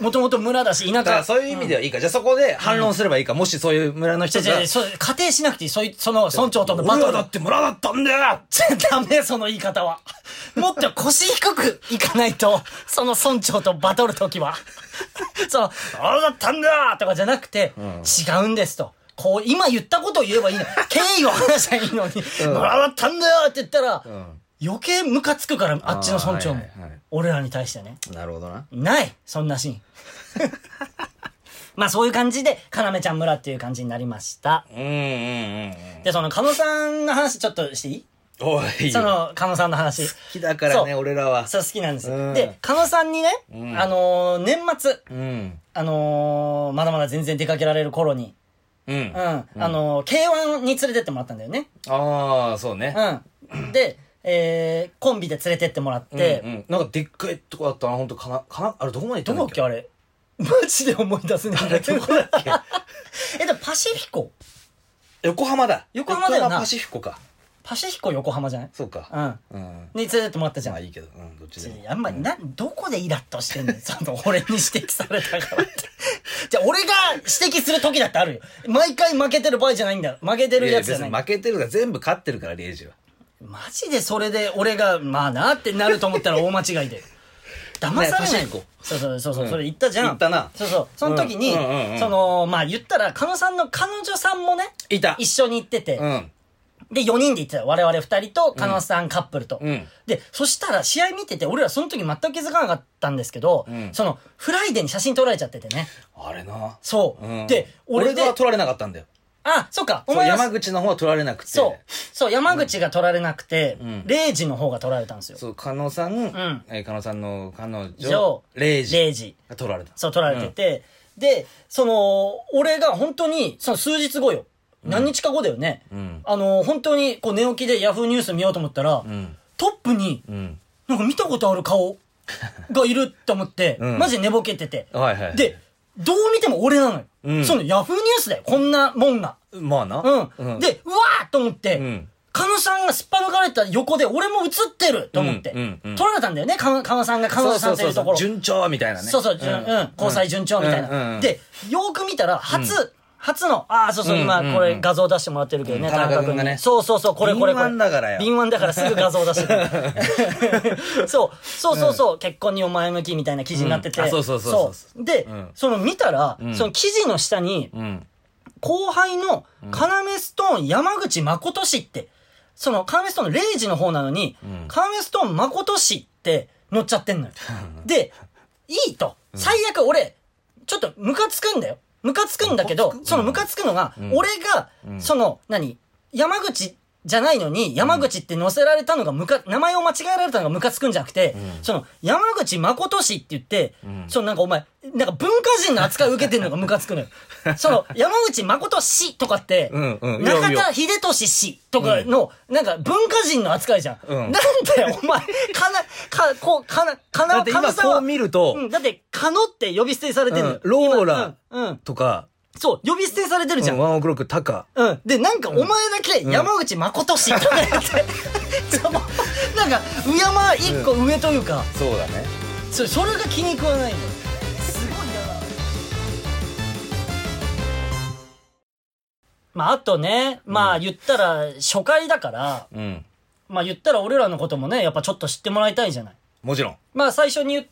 [SPEAKER 1] もともと村だし、田
[SPEAKER 2] だから
[SPEAKER 1] 舎。
[SPEAKER 2] そういう意味ではいいか。じゃあそこで反論すればいいか。もしそういう村の
[SPEAKER 1] ち
[SPEAKER 2] 人
[SPEAKER 1] ょちょ
[SPEAKER 2] が
[SPEAKER 1] ちょ、そう、仮定しなくていい。そい、その、村長とのバ
[SPEAKER 2] 俺
[SPEAKER 1] ト
[SPEAKER 2] は
[SPEAKER 1] ル
[SPEAKER 2] だ。って村だったんだよ
[SPEAKER 1] ちょダメ、その言い方は。もっと腰低くいかないと、その村長とバトるときは。その、あれだったんだとかじゃなくて、違うんですと。こう、今言ったことを言えばいい の。敬意を話したらいいのに、
[SPEAKER 2] ん
[SPEAKER 1] あれだったんだよって言ったら、
[SPEAKER 2] ん
[SPEAKER 1] 余計ムカつくから、あっちの村長も。
[SPEAKER 2] あーはいはいはい
[SPEAKER 1] 俺らに対してね。
[SPEAKER 2] なるほどな。
[SPEAKER 1] ないそんなシーン。 まあそういう感じで、かなめちゃん村っていう感じになりました。
[SPEAKER 2] うんうんうんうん。
[SPEAKER 1] で、その、狩野さんの話ちょっとしていい
[SPEAKER 2] おい。
[SPEAKER 1] その、狩野さんの 話。
[SPEAKER 2] 好きだからね、
[SPEAKER 1] そう
[SPEAKER 2] 俺らは。
[SPEAKER 1] そう、好きなんです
[SPEAKER 2] うん
[SPEAKER 1] よ。で、狩野さんにね、
[SPEAKER 2] うん
[SPEAKER 1] あのー年末、
[SPEAKER 2] うん。
[SPEAKER 1] あのーまだまだ全然出かけられる頃に、
[SPEAKER 2] うん
[SPEAKER 1] うん、。あのー K1 に連れてってもらったんだよね。
[SPEAKER 2] ああ、そうね。
[SPEAKER 1] うん。で、えー、コンビで連れてってもらって、
[SPEAKER 2] うんうんなんかでっかいとこだったな、本当かな、かな、あれどこまで行った
[SPEAKER 1] どこだ
[SPEAKER 2] んだっ
[SPEAKER 1] っ
[SPEAKER 2] け
[SPEAKER 1] けあれ。マジで思い出せないんだけど。 え、でもパシフィコ
[SPEAKER 2] 横浜だ。
[SPEAKER 1] 横浜だよな
[SPEAKER 2] 横パシフィコか。
[SPEAKER 1] パシフィコ横浜じゃない
[SPEAKER 2] そうか。
[SPEAKER 1] うん。
[SPEAKER 2] うん。
[SPEAKER 1] に連れてってもらったじゃ
[SPEAKER 2] ま
[SPEAKER 1] ん
[SPEAKER 2] あ。いいけど、うん、どっちでもいい。
[SPEAKER 1] あんまり、な、どこでイラッとしてんの よ。その、俺に指摘されたからって。 じゃあ、俺が指摘する時だってあるよ。毎回負けてる場合じゃないんだよ。負けてる
[SPEAKER 2] いや
[SPEAKER 1] やつじゃ
[SPEAKER 2] 別
[SPEAKER 1] ない
[SPEAKER 2] に。負けてるが全部勝ってるから、レイジは。
[SPEAKER 1] マジでそれで俺が、まあなってなると思ったら大間違いで。騙されない
[SPEAKER 2] ねパシフィコ
[SPEAKER 1] そうそうそうそう、
[SPEAKER 2] うん
[SPEAKER 1] それ言ったじゃん。
[SPEAKER 2] 言ったな
[SPEAKER 1] そうそう。その時に、
[SPEAKER 2] うんうんうんうん
[SPEAKER 1] その、まあ言ったら、狩野さんの彼女さんもね、
[SPEAKER 2] いた
[SPEAKER 1] 一緒に行ってて、
[SPEAKER 2] うん。
[SPEAKER 1] で、4人で行ってたよ。我々2人と、狩野さんカップルと。
[SPEAKER 2] うん。
[SPEAKER 1] で、そしたら試合見てて、俺らその時全く気づかなかったんですけど、
[SPEAKER 2] うん
[SPEAKER 1] その、フライデーに写真撮られちゃっててね。
[SPEAKER 2] あれな。
[SPEAKER 1] そう。
[SPEAKER 2] うん
[SPEAKER 1] で、俺
[SPEAKER 2] 俺
[SPEAKER 1] で、
[SPEAKER 2] が取られなかったんだよ。
[SPEAKER 1] あ、そうか、お
[SPEAKER 2] そう
[SPEAKER 1] 前は
[SPEAKER 2] 山口の方は取られなくて。
[SPEAKER 1] そう、そう、山口が撮られなくて、
[SPEAKER 2] ん
[SPEAKER 1] レイジの方が撮られたんですよ。
[SPEAKER 2] そう、加納さん、
[SPEAKER 1] ん
[SPEAKER 2] えー加納さんの彼女
[SPEAKER 1] 上、
[SPEAKER 2] レイジ
[SPEAKER 1] レイジ。
[SPEAKER 2] が取られた。
[SPEAKER 1] そう、撮られてて、で、その、俺が本当に、その数日後よ。何日か後だよね。
[SPEAKER 2] うん。
[SPEAKER 1] あの、本当に、こう、寝起きでヤフーニュース見ようと思ったら、
[SPEAKER 2] うん。
[SPEAKER 1] トップに、
[SPEAKER 2] うん。
[SPEAKER 1] なんか見たことある顔 がいると思って、
[SPEAKER 2] うん
[SPEAKER 1] マジで寝ぼけてて。
[SPEAKER 2] はいはい。
[SPEAKER 1] で、、どう見ても俺なのよ。
[SPEAKER 2] うん
[SPEAKER 1] そのヤフーニュースだよ、こんなもんが。
[SPEAKER 2] まあな。
[SPEAKER 1] うん。で、うわーと思って、
[SPEAKER 2] うん
[SPEAKER 1] カノさんがすっぱ抜かれた横で俺も映ってると思って、
[SPEAKER 2] うんうんうん
[SPEAKER 1] 取られたんだよね、カノカノさんがカノさんっていうところ。
[SPEAKER 2] 順調みたいなね。
[SPEAKER 1] そうそう、順うん、交際順調みたいな。
[SPEAKER 2] うんうんうん
[SPEAKER 1] で、よーく見たら、初、初の、ああ、そうそう、
[SPEAKER 2] うん
[SPEAKER 1] 今、
[SPEAKER 2] うん
[SPEAKER 1] これ画像出してもらってるけど
[SPEAKER 2] う
[SPEAKER 1] ね、
[SPEAKER 2] ん田中君
[SPEAKER 1] 君に
[SPEAKER 2] がね
[SPEAKER 1] そうそうそう、これこれこれ。
[SPEAKER 2] 敏腕だからよ
[SPEAKER 1] 敏腕だからすぐ画像出してくる そう、そうそうそう、結婚にお前向きみたいな記事になってて。
[SPEAKER 2] うんあそうそうそうそう
[SPEAKER 1] うで、
[SPEAKER 2] うん
[SPEAKER 1] その見たら、
[SPEAKER 2] うん
[SPEAKER 1] その記事の下に、
[SPEAKER 2] うん。
[SPEAKER 1] 後輩の、要ストーン山口誠氏って、その、要ストーンのレイジの方なのに、
[SPEAKER 2] うん
[SPEAKER 1] 要ストーン誠氏って乗っちゃってんのよ。で、いいと。最悪俺、ちょっとムカつくんだよ。ムカつくんだけど、そのムカつくのが、
[SPEAKER 2] ん
[SPEAKER 1] 俺が、
[SPEAKER 2] ん
[SPEAKER 1] その、何山口じゃないのに、山口って載せられたのがムカ、名前を間違えられたのがムカつくんじゃなくて、その、山口誠氏って言って、
[SPEAKER 2] ん
[SPEAKER 1] そのなんかお前、なんか文化人の扱いを受けてるのがムカつ くのよ。その、山口誠氏とかって、
[SPEAKER 2] うんうん
[SPEAKER 1] 中
[SPEAKER 2] いやい
[SPEAKER 1] 田
[SPEAKER 2] や
[SPEAKER 1] 秀俊氏とかの、なんか文化人の扱いじゃん。
[SPEAKER 2] うん
[SPEAKER 1] なんだよ、お前、かな、か、こう、かな、か
[SPEAKER 2] だ
[SPEAKER 1] な、
[SPEAKER 2] って
[SPEAKER 1] か
[SPEAKER 2] 今
[SPEAKER 1] なさ
[SPEAKER 2] こう
[SPEAKER 1] は、
[SPEAKER 2] 見ると
[SPEAKER 1] う、ん、だって、かのって呼び捨てされてるのよ
[SPEAKER 2] うんローラ
[SPEAKER 1] 今うん、うん。
[SPEAKER 2] とか、
[SPEAKER 1] そう、呼び捨てされてるじ
[SPEAKER 2] ワ
[SPEAKER 1] ゃん。
[SPEAKER 2] ンオクロック、タカ。
[SPEAKER 1] うん。で、なんかお前だけ山口誠氏とか言って、そのなんか、うやま一個上というか、
[SPEAKER 2] そうだね。
[SPEAKER 1] それそれが気に食わないのよ。すごい嫌だ。まあ、あとね、まあ、言ったら、初回だから、
[SPEAKER 2] うん。
[SPEAKER 1] まあ、言ったら俺らのこともね、やっぱちょっと知ってもらいたいじゃない。
[SPEAKER 2] もちろん。
[SPEAKER 1] まあ、最初に言っ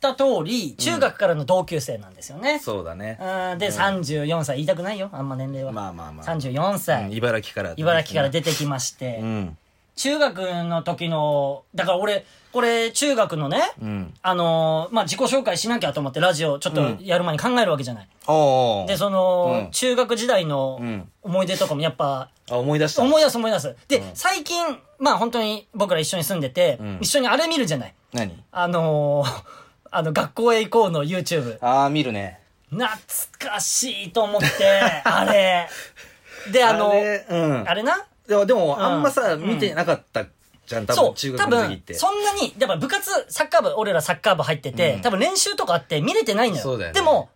[SPEAKER 1] た通り、中学からの同級生なんですよね。
[SPEAKER 2] そうだね。
[SPEAKER 1] うん、で、34歳。言いたくないよ、あんま年齢は。
[SPEAKER 2] まあまあまあ。
[SPEAKER 1] 34
[SPEAKER 2] うん
[SPEAKER 1] 歳、
[SPEAKER 2] 茨城から。
[SPEAKER 1] 茨城から出てきまして、
[SPEAKER 2] うん。
[SPEAKER 1] 中学の時の、だから俺、これ、中学のね、
[SPEAKER 2] うん。
[SPEAKER 1] あのーまあ、自己紹介しなきゃと思って、ラジオ、ちょっとやる前に考えるわけじゃない。
[SPEAKER 2] おーおー。
[SPEAKER 1] で、その、
[SPEAKER 2] うん
[SPEAKER 1] 中学時代の
[SPEAKER 2] うん
[SPEAKER 1] 思い出とかもやっぱ、
[SPEAKER 2] あ、思い出した。
[SPEAKER 1] 思い出す思い出す。で、最近、まあ、本当に僕ら一緒に住んでて、
[SPEAKER 2] うん
[SPEAKER 1] 一緒にあれ見るじゃない。
[SPEAKER 2] 何
[SPEAKER 1] あのー あの、学校へ行こうの YouTube。
[SPEAKER 2] あー、見るね。
[SPEAKER 1] 懐かしいと思って、あれ。で、あの、あれ
[SPEAKER 2] れうん。
[SPEAKER 1] な
[SPEAKER 2] でも、でも、
[SPEAKER 1] ん
[SPEAKER 2] あんまさ、
[SPEAKER 1] うん
[SPEAKER 2] 見てなかったじゃん、多
[SPEAKER 1] そ
[SPEAKER 2] 分、
[SPEAKER 1] う
[SPEAKER 2] 中、
[SPEAKER 1] 多
[SPEAKER 2] 学の時っ
[SPEAKER 1] 分、
[SPEAKER 2] て。
[SPEAKER 1] そんなに、やっぱ部活、サッカー部、俺らサッカー部入ってて、
[SPEAKER 2] うん
[SPEAKER 1] 多分練習とかあって見れてないのよ。
[SPEAKER 2] そうだよね
[SPEAKER 1] でも、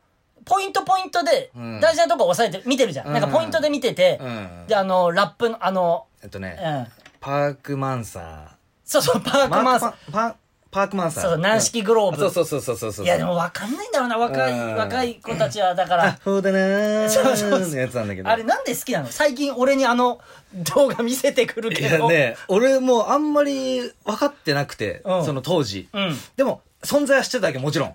[SPEAKER 1] ポイントポイントで
[SPEAKER 2] うん、
[SPEAKER 1] 大事なとこ押さえて、見てるじゃん。
[SPEAKER 2] うん
[SPEAKER 1] なんかポイントで見てて、
[SPEAKER 2] うん。
[SPEAKER 1] で、あの、ラップの、あの、
[SPEAKER 2] えっと
[SPEAKER 1] う
[SPEAKER 2] ね、
[SPEAKER 1] ん。
[SPEAKER 2] パークマンサ
[SPEAKER 1] そうそう、パー
[SPEAKER 2] ー。
[SPEAKER 1] クマンス。
[SPEAKER 2] パークパパークマンサー。
[SPEAKER 1] そうそう、軟式グロー
[SPEAKER 2] うん
[SPEAKER 1] ブ。
[SPEAKER 2] そうそうそうそうそうそう。
[SPEAKER 1] いや、でも分かんないんだろうな、若
[SPEAKER 2] う
[SPEAKER 1] い、
[SPEAKER 2] ん
[SPEAKER 1] 若い子たちは。だか
[SPEAKER 2] あ
[SPEAKER 1] ら、、
[SPEAKER 2] そう だなー。
[SPEAKER 1] そうそうそう
[SPEAKER 2] のやつなんだけど。
[SPEAKER 1] あれなんで好きなの最近俺にあの動画見せてくる
[SPEAKER 2] い
[SPEAKER 1] け
[SPEAKER 2] や
[SPEAKER 1] ど。
[SPEAKER 2] ね、俺もうあんまり分かってなくて、
[SPEAKER 1] うん
[SPEAKER 2] その当時。
[SPEAKER 1] うん。
[SPEAKER 2] でも、存在は知ってたわけ、もちろん。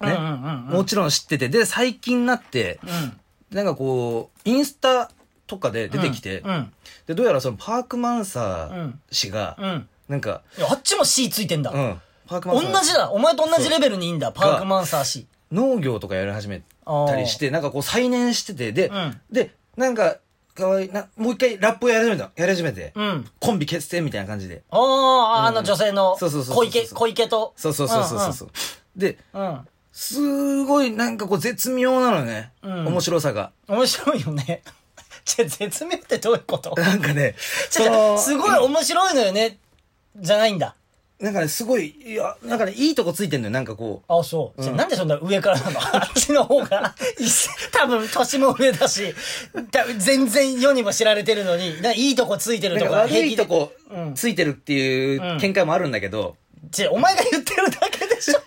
[SPEAKER 1] うんうん
[SPEAKER 2] ね。
[SPEAKER 1] うんうん。
[SPEAKER 2] もちろん知ってて。で、最近になって、
[SPEAKER 1] うん。
[SPEAKER 2] なんかこう、インスタとかで出てきて、
[SPEAKER 1] うん。
[SPEAKER 2] で、どうやらそのパークマンサー氏が、
[SPEAKER 1] うん。
[SPEAKER 2] なんか、
[SPEAKER 1] いやあっちも C ついてんだ。
[SPEAKER 2] うん。パークマ
[SPEAKER 1] 同
[SPEAKER 2] ンサー
[SPEAKER 1] じだお前と同じレベルにいいんだパークマンサー氏
[SPEAKER 2] 農業とかやり始めたりして、なんかこう再燃してて、で、
[SPEAKER 1] うん
[SPEAKER 2] で、なんか、かわいいな、もう一回ラップをやり始めた、やり始めて、
[SPEAKER 1] うん
[SPEAKER 2] コンビ結成みたいな感じで。
[SPEAKER 1] あああの女性の
[SPEAKER 2] そうそうそうそう
[SPEAKER 1] 小池小池と
[SPEAKER 2] そうそうそうそうそうそう。で、
[SPEAKER 1] うんうん
[SPEAKER 2] すごいなんかこう絶妙なのね、
[SPEAKER 1] うん
[SPEAKER 2] 面白さが。
[SPEAKER 1] 面白いよね じゃあ絶妙ってどういう こと
[SPEAKER 2] なんかね、
[SPEAKER 1] じ
[SPEAKER 2] そ
[SPEAKER 1] ゃあ
[SPEAKER 2] の、
[SPEAKER 1] すごい面白いのよねじゃないんだ
[SPEAKER 2] なんかね、すごい、いや、なんかね、いいとこついてんのよ、なんかこ
[SPEAKER 1] あそう、じゃあ
[SPEAKER 2] うん
[SPEAKER 1] なんでそんな上からなの あっちの方がいっ多分年も上だし多分全然世にも知られてるのにないいとこついて
[SPEAKER 2] う。
[SPEAKER 1] る
[SPEAKER 2] なん
[SPEAKER 1] と
[SPEAKER 2] か
[SPEAKER 1] か
[SPEAKER 2] 悪いとこ
[SPEAKER 1] うん
[SPEAKER 2] ついてるっていう見解もあるんだけど、
[SPEAKER 1] じゃお前が言ってるだけでし ょ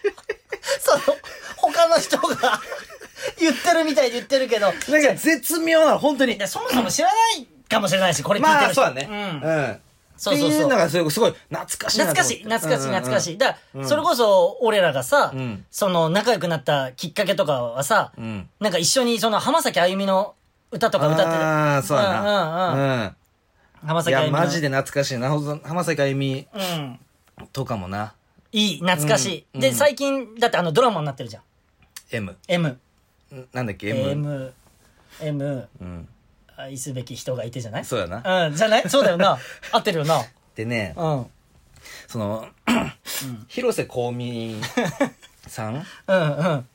[SPEAKER 1] その、他の人が 言ってるみたいで言ってるけど、
[SPEAKER 2] なんか絶妙なの、本当に
[SPEAKER 1] い。やそもそも知らないかもしれないし、これ聞いて
[SPEAKER 2] ま
[SPEAKER 1] る
[SPEAKER 2] あ、
[SPEAKER 1] 人。
[SPEAKER 2] そうだね。
[SPEAKER 1] うん。
[SPEAKER 2] うん。
[SPEAKER 1] そうそうそう
[SPEAKER 2] っていうのがすごい、すごい懐かしいなと
[SPEAKER 1] 懐
[SPEAKER 2] 思って。
[SPEAKER 1] かしい、懐かしい、懐かし
[SPEAKER 2] い。
[SPEAKER 1] い。だから、それこそ、俺らがさ、
[SPEAKER 2] うん
[SPEAKER 1] その、仲良くなったきっかけとかはさ、
[SPEAKER 2] うん。
[SPEAKER 1] なんか一緒に、その、浜崎あゆみの歌とか歌ってる。
[SPEAKER 2] ああ、そうだな。
[SPEAKER 1] うんうん
[SPEAKER 2] うん
[SPEAKER 1] 浜
[SPEAKER 2] い
[SPEAKER 1] 崎あゆみ
[SPEAKER 2] や、
[SPEAKER 1] の。
[SPEAKER 2] マジで懐かしいな。ほんと浜崎あゆみ
[SPEAKER 1] うん。
[SPEAKER 2] とかもな。
[SPEAKER 1] いい、懐かしい。
[SPEAKER 2] うん
[SPEAKER 1] で、
[SPEAKER 2] うん
[SPEAKER 1] 最近、だってあの、ドラマになってるじゃん。
[SPEAKER 2] M。
[SPEAKER 1] M。
[SPEAKER 2] んなんだっけ ?M。
[SPEAKER 1] M。M。
[SPEAKER 2] うん。
[SPEAKER 1] 愛すべき人がいてじゃない
[SPEAKER 2] そうだな。
[SPEAKER 1] うん、じゃないそうだよな。合ってるよな。
[SPEAKER 2] でね、
[SPEAKER 1] うん。うん
[SPEAKER 2] その、広瀬香美さん
[SPEAKER 1] うん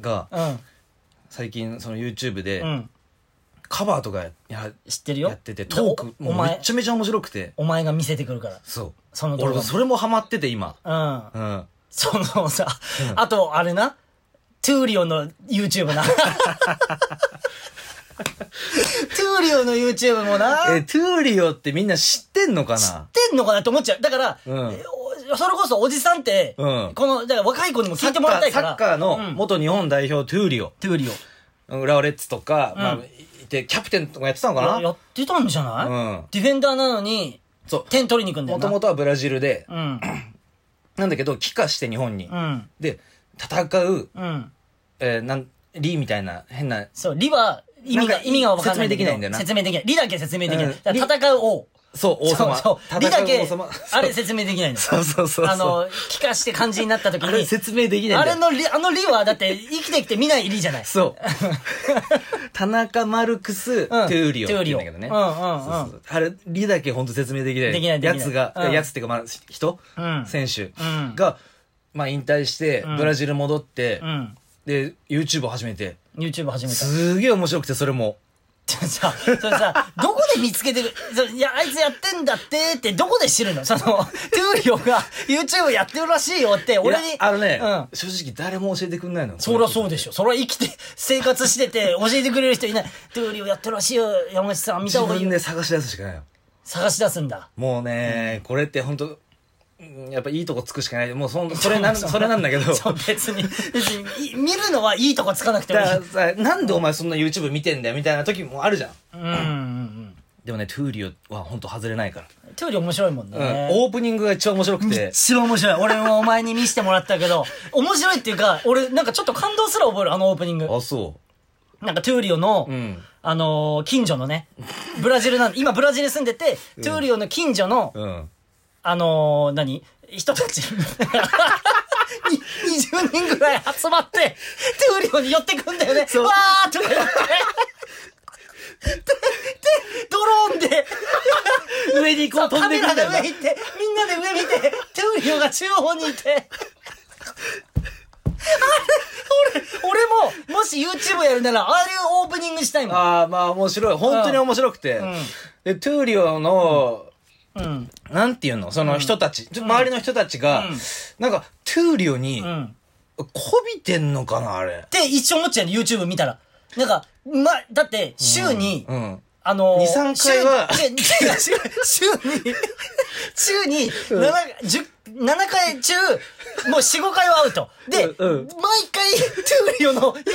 [SPEAKER 2] が
[SPEAKER 1] うん。
[SPEAKER 2] 最近その YouTube
[SPEAKER 1] う
[SPEAKER 2] で
[SPEAKER 1] ん。
[SPEAKER 2] カバーとかや
[SPEAKER 1] 知ってるよ。
[SPEAKER 2] やってて、トーク
[SPEAKER 1] おお
[SPEAKER 2] もうめ
[SPEAKER 1] 前
[SPEAKER 2] っ、ちゃめちゃ面白くて。
[SPEAKER 1] お前が見せてくるから。
[SPEAKER 2] そう。
[SPEAKER 1] その動画
[SPEAKER 2] 俺
[SPEAKER 1] も
[SPEAKER 2] もそれもハマってて今。
[SPEAKER 1] うん。
[SPEAKER 2] うん。
[SPEAKER 1] そのさ、あと、あれな。トゥーリオの YouTube な。トゥーリオの YouTube もな。
[SPEAKER 2] え、トゥーリオってみんな知ってんのかな
[SPEAKER 1] 知ってんのかなって思っちゃう。だから、
[SPEAKER 2] うん
[SPEAKER 1] えおそれこそおじさんって、
[SPEAKER 2] うん
[SPEAKER 1] この、だから若い子にも聞いてもらいたいから。
[SPEAKER 2] サッカーサッカー
[SPEAKER 1] う
[SPEAKER 2] の
[SPEAKER 1] ん
[SPEAKER 2] 元日本代表、トゥーリオ。
[SPEAKER 1] トゥーリオ。
[SPEAKER 2] 浦和レッズとか、
[SPEAKER 1] うん
[SPEAKER 2] まあ、いて、キャプテンとかやってたのか
[SPEAKER 1] や
[SPEAKER 2] な
[SPEAKER 1] やってたんじゃない、
[SPEAKER 2] うん
[SPEAKER 1] ディフェンダーなのに、
[SPEAKER 2] そ
[SPEAKER 1] 点取りに行くん
[SPEAKER 2] う。
[SPEAKER 1] だよ
[SPEAKER 2] も
[SPEAKER 1] な。
[SPEAKER 2] ともとはブラジルで、
[SPEAKER 1] うん。
[SPEAKER 2] なんだけど、帰化して日本に。
[SPEAKER 1] うん。
[SPEAKER 2] で、戦う、
[SPEAKER 1] うん。
[SPEAKER 2] えーなん、リーみたいな、変な、
[SPEAKER 1] そう、理は、意味
[SPEAKER 2] な
[SPEAKER 1] が、
[SPEAKER 2] んか
[SPEAKER 1] 意味が分かんない。
[SPEAKER 2] 説明できないんだよな
[SPEAKER 1] 説明できない。理だけ説明できない。
[SPEAKER 2] うん
[SPEAKER 1] だから戦う王。
[SPEAKER 2] そう、王様。
[SPEAKER 1] そうそう。理だ
[SPEAKER 2] 戦う
[SPEAKER 1] け
[SPEAKER 2] 王様。、
[SPEAKER 1] あれ説明できないの。
[SPEAKER 2] そうそうそうそう。
[SPEAKER 1] あの、気化して漢字になった時
[SPEAKER 2] あれ
[SPEAKER 1] に、
[SPEAKER 2] 説明できないん
[SPEAKER 1] あ
[SPEAKER 2] だよ
[SPEAKER 1] れの理、あの理は、だって、生きてきて見ない理じゃない。
[SPEAKER 2] そう。田中マルクス、トゥーリオって言うんだけどね。
[SPEAKER 1] トゥーリオうんうんうん
[SPEAKER 2] そうそうそうあれ、リだけ本当説明できない。
[SPEAKER 1] できないできない
[SPEAKER 2] やつが、
[SPEAKER 1] うん
[SPEAKER 2] やつっていうか、まあ、人、
[SPEAKER 1] うん
[SPEAKER 2] 選手
[SPEAKER 1] うん
[SPEAKER 2] が、まあ、引退して、
[SPEAKER 1] ん
[SPEAKER 2] ブラジル戻って、
[SPEAKER 1] うん。
[SPEAKER 2] で、YouTube を始めて、
[SPEAKER 1] YouTube 始めた。
[SPEAKER 2] すげえ面白くて、それも。
[SPEAKER 1] ちょさ、それさ、どこで見つけてる、そいや、あいつやってんだって、って、どこで知るのその、トゥーリオが YouTube やってるらしいよって、俺
[SPEAKER 2] い
[SPEAKER 1] に
[SPEAKER 2] や。あのね、
[SPEAKER 1] うん。
[SPEAKER 2] 正直誰も教えてくんないの。
[SPEAKER 1] そりゃそうでしょ。そりゃ生きて、生活して て、教えてくれる人いない。トゥーリオやってるらしいよ、山口さん。見た
[SPEAKER 2] 自
[SPEAKER 1] 方がいい
[SPEAKER 2] 分
[SPEAKER 1] よ。
[SPEAKER 2] で探し出すしかないよ。
[SPEAKER 1] 探し出すんだ。
[SPEAKER 2] もうね、これって本当うんやっぱいいとこつくしかない。もう そん、それなん、それなんだけど。
[SPEAKER 1] そう、別に、別に、い見るのはいいとこつかなくてもいい。
[SPEAKER 2] だからさなんでお前そんな YouTube 見てんだよみたいな時もあるじゃん。
[SPEAKER 1] うんうんうん。
[SPEAKER 2] でもね、トゥーリオは本当外れないから。
[SPEAKER 1] トゥーリー面白いもんね。
[SPEAKER 2] うん。オープニングが一番面白くて。
[SPEAKER 1] 一番面白い。俺もお前に見せてもらったけど、面白いっていうか、俺なんかちょっと感動すら覚える、あのオープニング。
[SPEAKER 2] あ、そ
[SPEAKER 1] なんかトゥーリオの、
[SPEAKER 2] う。うん。
[SPEAKER 1] あのー近所のね、ブラジルなん、今ブラジル住んでて、トゥーリオの近所の、
[SPEAKER 2] うん。
[SPEAKER 1] あのー何人た ち、に20人ぐらい集まって、トゥーリオに寄ってくんだよね。
[SPEAKER 2] そう
[SPEAKER 1] わーとか言って。で、でドローンで、
[SPEAKER 2] 上にこう飛
[SPEAKER 1] カ
[SPEAKER 2] んで
[SPEAKER 1] メ
[SPEAKER 2] くる
[SPEAKER 1] ラ
[SPEAKER 2] んだ
[SPEAKER 1] で上
[SPEAKER 2] よな
[SPEAKER 1] 行って、みんなで上見て、トゥーリオが中央にいて。あれ、俺、俺も、もし YouTube やるなら、ああいうオープニングしたいもん。
[SPEAKER 2] ああ、まあ面白い。本当に面白くて。
[SPEAKER 1] ん
[SPEAKER 2] で、トゥーリオの、
[SPEAKER 1] うん。
[SPEAKER 2] なんていうのその人たち、ちょ周りの人たちが、
[SPEAKER 1] うん
[SPEAKER 2] なんか、トゥーリオに、
[SPEAKER 1] うん。っ
[SPEAKER 2] こびてんのかなあれ。
[SPEAKER 1] て一生思っちゃうね、YouTube 見たら。なんか、ま、だって、週に、
[SPEAKER 2] うん。
[SPEAKER 1] あのー、
[SPEAKER 2] 二三回は
[SPEAKER 1] 週に違う違う週に、週 に、
[SPEAKER 2] ん
[SPEAKER 1] 7、10 7回中、もう4、5回はアウト。で、
[SPEAKER 2] うんうん
[SPEAKER 1] 毎回、トゥーリオのユニフォーム、ユニ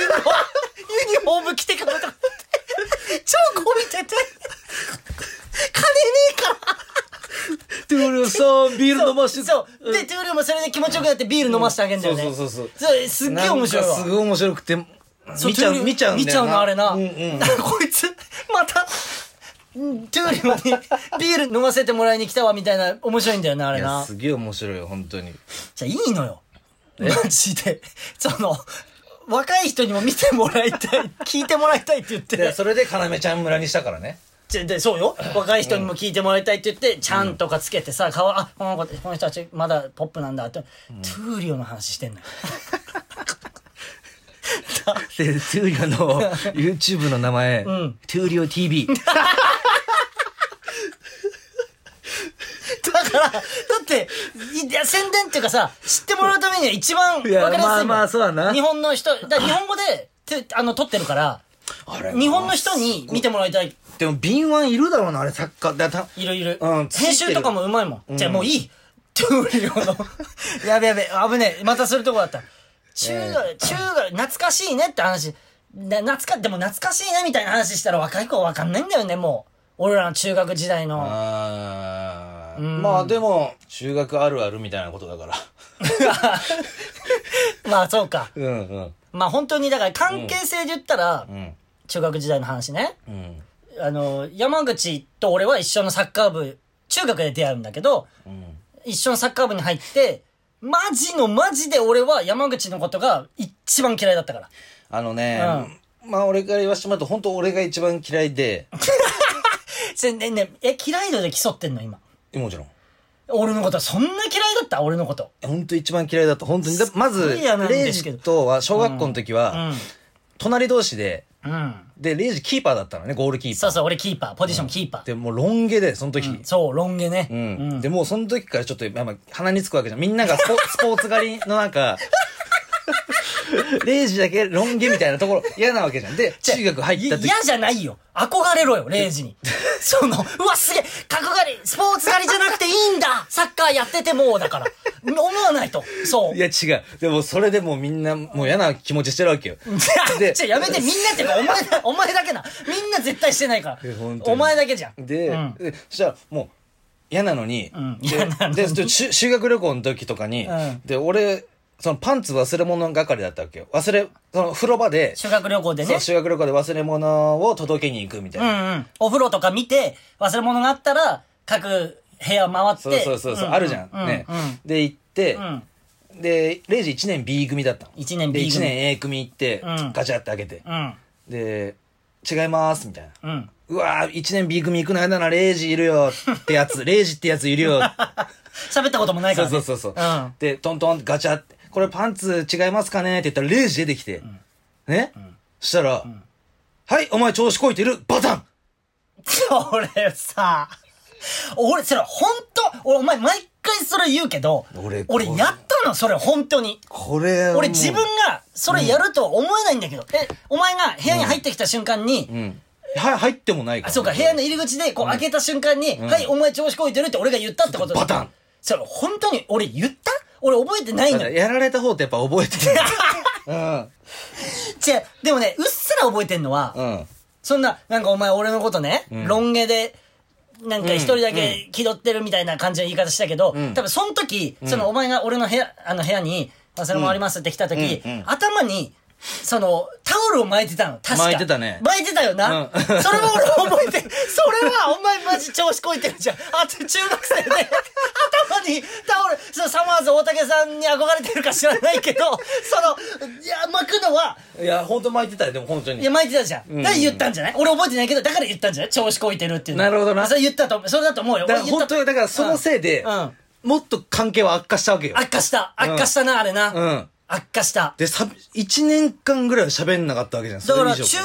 [SPEAKER 1] フォーム着てからとかって、超こびてて、金ねえから。
[SPEAKER 2] トゥーリオさん、ビール飲まして
[SPEAKER 1] そう。で、トゥーリオもそれで気持ちよくなってビール飲ませてあげんだよね。
[SPEAKER 2] そうそうそう
[SPEAKER 1] それすっげえ面白いわ。
[SPEAKER 2] なんかすごい面白くて、
[SPEAKER 1] そう
[SPEAKER 2] 見ちゃ
[SPEAKER 1] トゥーリ
[SPEAKER 2] う、
[SPEAKER 1] オ
[SPEAKER 2] 見ちゃうんだよな。
[SPEAKER 1] 見ちゃうな、あれな。
[SPEAKER 2] うんうん。
[SPEAKER 1] こいつ、また、うんトゥーリオにビール飲ませてもらいに来たわ、みたいな、面白いんだよな、あ
[SPEAKER 2] い
[SPEAKER 1] れ
[SPEAKER 2] や、
[SPEAKER 1] な。
[SPEAKER 2] すげえ面白いよ、本当に。
[SPEAKER 1] じゃあ、いいのよ。マジで。その、若い人にも見てもらいたい、 聞いてもらいたいって言って。
[SPEAKER 2] で、それで、要ちゃん村にしたからね。
[SPEAKER 1] ちでそうよ若い人にも聞いてもらいたいって言って「ちゃん」とかつけてさ顔あこの子この人たちまだポップなんだって、トゥーリオの話してんのよ
[SPEAKER 2] で、トゥーリオの YouTube の名 前、トゥーリオ TV。
[SPEAKER 1] だからだっていいや宣伝っていうかさ知ってもらうためには一番わか
[SPEAKER 2] い
[SPEAKER 1] り
[SPEAKER 2] や
[SPEAKER 1] やすいもん
[SPEAKER 2] まあまあそうだな
[SPEAKER 1] 日本の人だから日本語でてあの撮ってるから
[SPEAKER 2] あれ
[SPEAKER 1] 日本の人に見てもらいたい
[SPEAKER 2] でも、敏腕いるだろうな、あれ、サッカー。だた
[SPEAKER 1] いろいろ、
[SPEAKER 2] うんついてる
[SPEAKER 1] 編集とかもうまいもん、じゃあもういいトゥーリオの やべやべ危ねえまたするとこだった中学、中学懐かしいねって話な懐かでも懐かしいねみたいな話したら若い子わかんないんだよねもう俺らの中学時代の
[SPEAKER 2] あーまあでも中学あるあるみたいなことだから
[SPEAKER 1] まあそうか
[SPEAKER 2] うんうん
[SPEAKER 1] まあ本当にだから関係性で言ったら、
[SPEAKER 2] うん
[SPEAKER 1] 中学時代の話ね
[SPEAKER 2] うん
[SPEAKER 1] あの山口と俺は一緒のサッカー部中学で出会うんだけど
[SPEAKER 2] うん
[SPEAKER 1] 一緒のサッカー部に入って、マジのマジで俺は山口のことが一番嫌いだったから。
[SPEAKER 2] あのね、まあ俺から言わせてもらうと本当俺が一番嫌いで
[SPEAKER 1] それねねえ、嫌い度で競ってんの今。
[SPEAKER 2] もちろん
[SPEAKER 1] 俺のことはそんな嫌いだった俺のこと。
[SPEAKER 2] 本当一番嫌いだった本当にだまず
[SPEAKER 1] いやなん
[SPEAKER 2] レ
[SPEAKER 1] で
[SPEAKER 2] イ
[SPEAKER 1] すけど
[SPEAKER 2] ジとは小学校の時は隣同士で
[SPEAKER 1] うん。うん。
[SPEAKER 2] でレイジキーパーだったのねゴールキーパ
[SPEAKER 1] そうそう、俺キーパー、ポジションキーパー。
[SPEAKER 2] ーでもうロン毛でその時、うん
[SPEAKER 1] そう、ロン毛ね。うん
[SPEAKER 2] でもうその時からちょっとやっぱ鼻につくわけじゃんみんながスポ スポーツ狩りの中レイジだけロン毛みたいなところ嫌なわけじゃんで中学入った時
[SPEAKER 1] 嫌じゃないよ。憧れろよ、レイジに。その、うわ、すげえ、角刈り、スポーツ狩りじゃなくていいんだサッカーやってても、だから。思わないと。そう。
[SPEAKER 2] いや違う。でもそれでもうみんなもう嫌な気持ちしてるわけよ。
[SPEAKER 1] じゃ
[SPEAKER 2] で
[SPEAKER 1] あやめてみんなっていうかお前だお前だけなみんな絶対してないから
[SPEAKER 2] え本当に
[SPEAKER 1] お前だけじゃん
[SPEAKER 2] で、
[SPEAKER 1] うん
[SPEAKER 2] でそしたらもう嫌なのに、
[SPEAKER 1] ん
[SPEAKER 2] で
[SPEAKER 1] 嫌なのに
[SPEAKER 2] ででしゅ修学旅行の時とかに、
[SPEAKER 1] うん
[SPEAKER 2] で、俺、そのパンツ忘れ物係だったわけよ。忘れ、その風呂場で、
[SPEAKER 1] 修学旅行で
[SPEAKER 2] そ
[SPEAKER 1] ね
[SPEAKER 2] う修学旅行で忘れ物を届けに行くみたいうな。
[SPEAKER 1] んうんお風呂とか見て忘れ物があったら各部屋回って
[SPEAKER 2] そうそうそうそう、
[SPEAKER 1] う
[SPEAKER 2] あるじゃん。ね、で、行って、
[SPEAKER 1] うん
[SPEAKER 2] で、レイジ1年 B 組だったの。
[SPEAKER 1] 1年
[SPEAKER 2] で
[SPEAKER 1] B
[SPEAKER 2] 1
[SPEAKER 1] 組
[SPEAKER 2] 年 A 組行って、
[SPEAKER 1] うん
[SPEAKER 2] ガチャって開けて、
[SPEAKER 1] うん
[SPEAKER 2] で、違います、みたいな。
[SPEAKER 1] うん
[SPEAKER 2] うわー、一年 B 組行くのやだな、レイジいるよってや つ、レイジってやついるよ。
[SPEAKER 1] 喋ったこともないか
[SPEAKER 2] そう
[SPEAKER 1] らね
[SPEAKER 2] そうそうそう。
[SPEAKER 1] ん
[SPEAKER 2] で、トントンガチャって、これパンツ違いますかねって言ったら、レイジ出てきて、ね、そしたら、はい、お前調子こいてる、バタン
[SPEAKER 1] それさ俺それ本当俺お前毎回それ言うけど
[SPEAKER 2] 俺
[SPEAKER 1] 俺やったのそれ本当に
[SPEAKER 2] これ
[SPEAKER 1] 俺自分がそれやるとは思えないんだけど、えお前が部屋に入ってきた瞬間に、
[SPEAKER 2] うん。はい、入ってもないから。
[SPEAKER 1] あそうか、部屋の入り口で、こう、開けた瞬間に、はい、お前調子こいてるって俺が言ったってこと
[SPEAKER 2] バタン
[SPEAKER 1] それ、本当に俺言った俺覚えてないの
[SPEAKER 2] だから
[SPEAKER 1] よ。
[SPEAKER 2] やられた方ってやっぱ覚えてる。うん。
[SPEAKER 1] 違う、でもね、うっすら覚えてんのは、
[SPEAKER 2] うん。
[SPEAKER 1] そんな、なんかお前俺のことね、
[SPEAKER 2] うん
[SPEAKER 1] ロン毛で、なんか一人だ
[SPEAKER 2] う
[SPEAKER 1] け気取ってるみたいな感じの言い方したけど、
[SPEAKER 2] うん
[SPEAKER 1] 多分その時、
[SPEAKER 2] ん
[SPEAKER 1] そのお前が俺の部屋、あの部屋に、まあ、それもありますって来た時、
[SPEAKER 2] うんうんうん
[SPEAKER 1] 頭に、その、タオルを巻いてたの、確か。
[SPEAKER 2] 巻いてたね
[SPEAKER 1] 巻いてたよな。
[SPEAKER 2] うん
[SPEAKER 1] それも俺覚えてる。それはお前マジ調子こいてるじゃん。あと中学生で、頭にタオル、そのサマーズ大竹さんに憧れてるか知らないけど、その、いや、巻くのは、
[SPEAKER 2] いや、本当巻いてたよ、でも本当に。
[SPEAKER 1] いや、巻いてたじゃん。
[SPEAKER 2] ん
[SPEAKER 1] だから言ったんじゃない俺覚えてないけど、だから言ったんじゃない調子こいてるっていうの
[SPEAKER 2] なるほどな
[SPEAKER 1] それ言ったと思う。それだと思うよ。
[SPEAKER 2] だから
[SPEAKER 1] 俺言っ
[SPEAKER 2] 本
[SPEAKER 1] た
[SPEAKER 2] 当に、だからそのせいで、
[SPEAKER 1] うんうん
[SPEAKER 2] もっと関係は悪化したわけよ。
[SPEAKER 1] 悪化した。悪化したな、あれな。
[SPEAKER 2] うん。
[SPEAKER 1] 悪化した。
[SPEAKER 2] で、さ、1年間ぐらいは喋んなかったわけじゃん。
[SPEAKER 1] だ
[SPEAKER 2] そ
[SPEAKER 1] か
[SPEAKER 2] れ
[SPEAKER 1] ら、
[SPEAKER 2] 以上
[SPEAKER 1] 中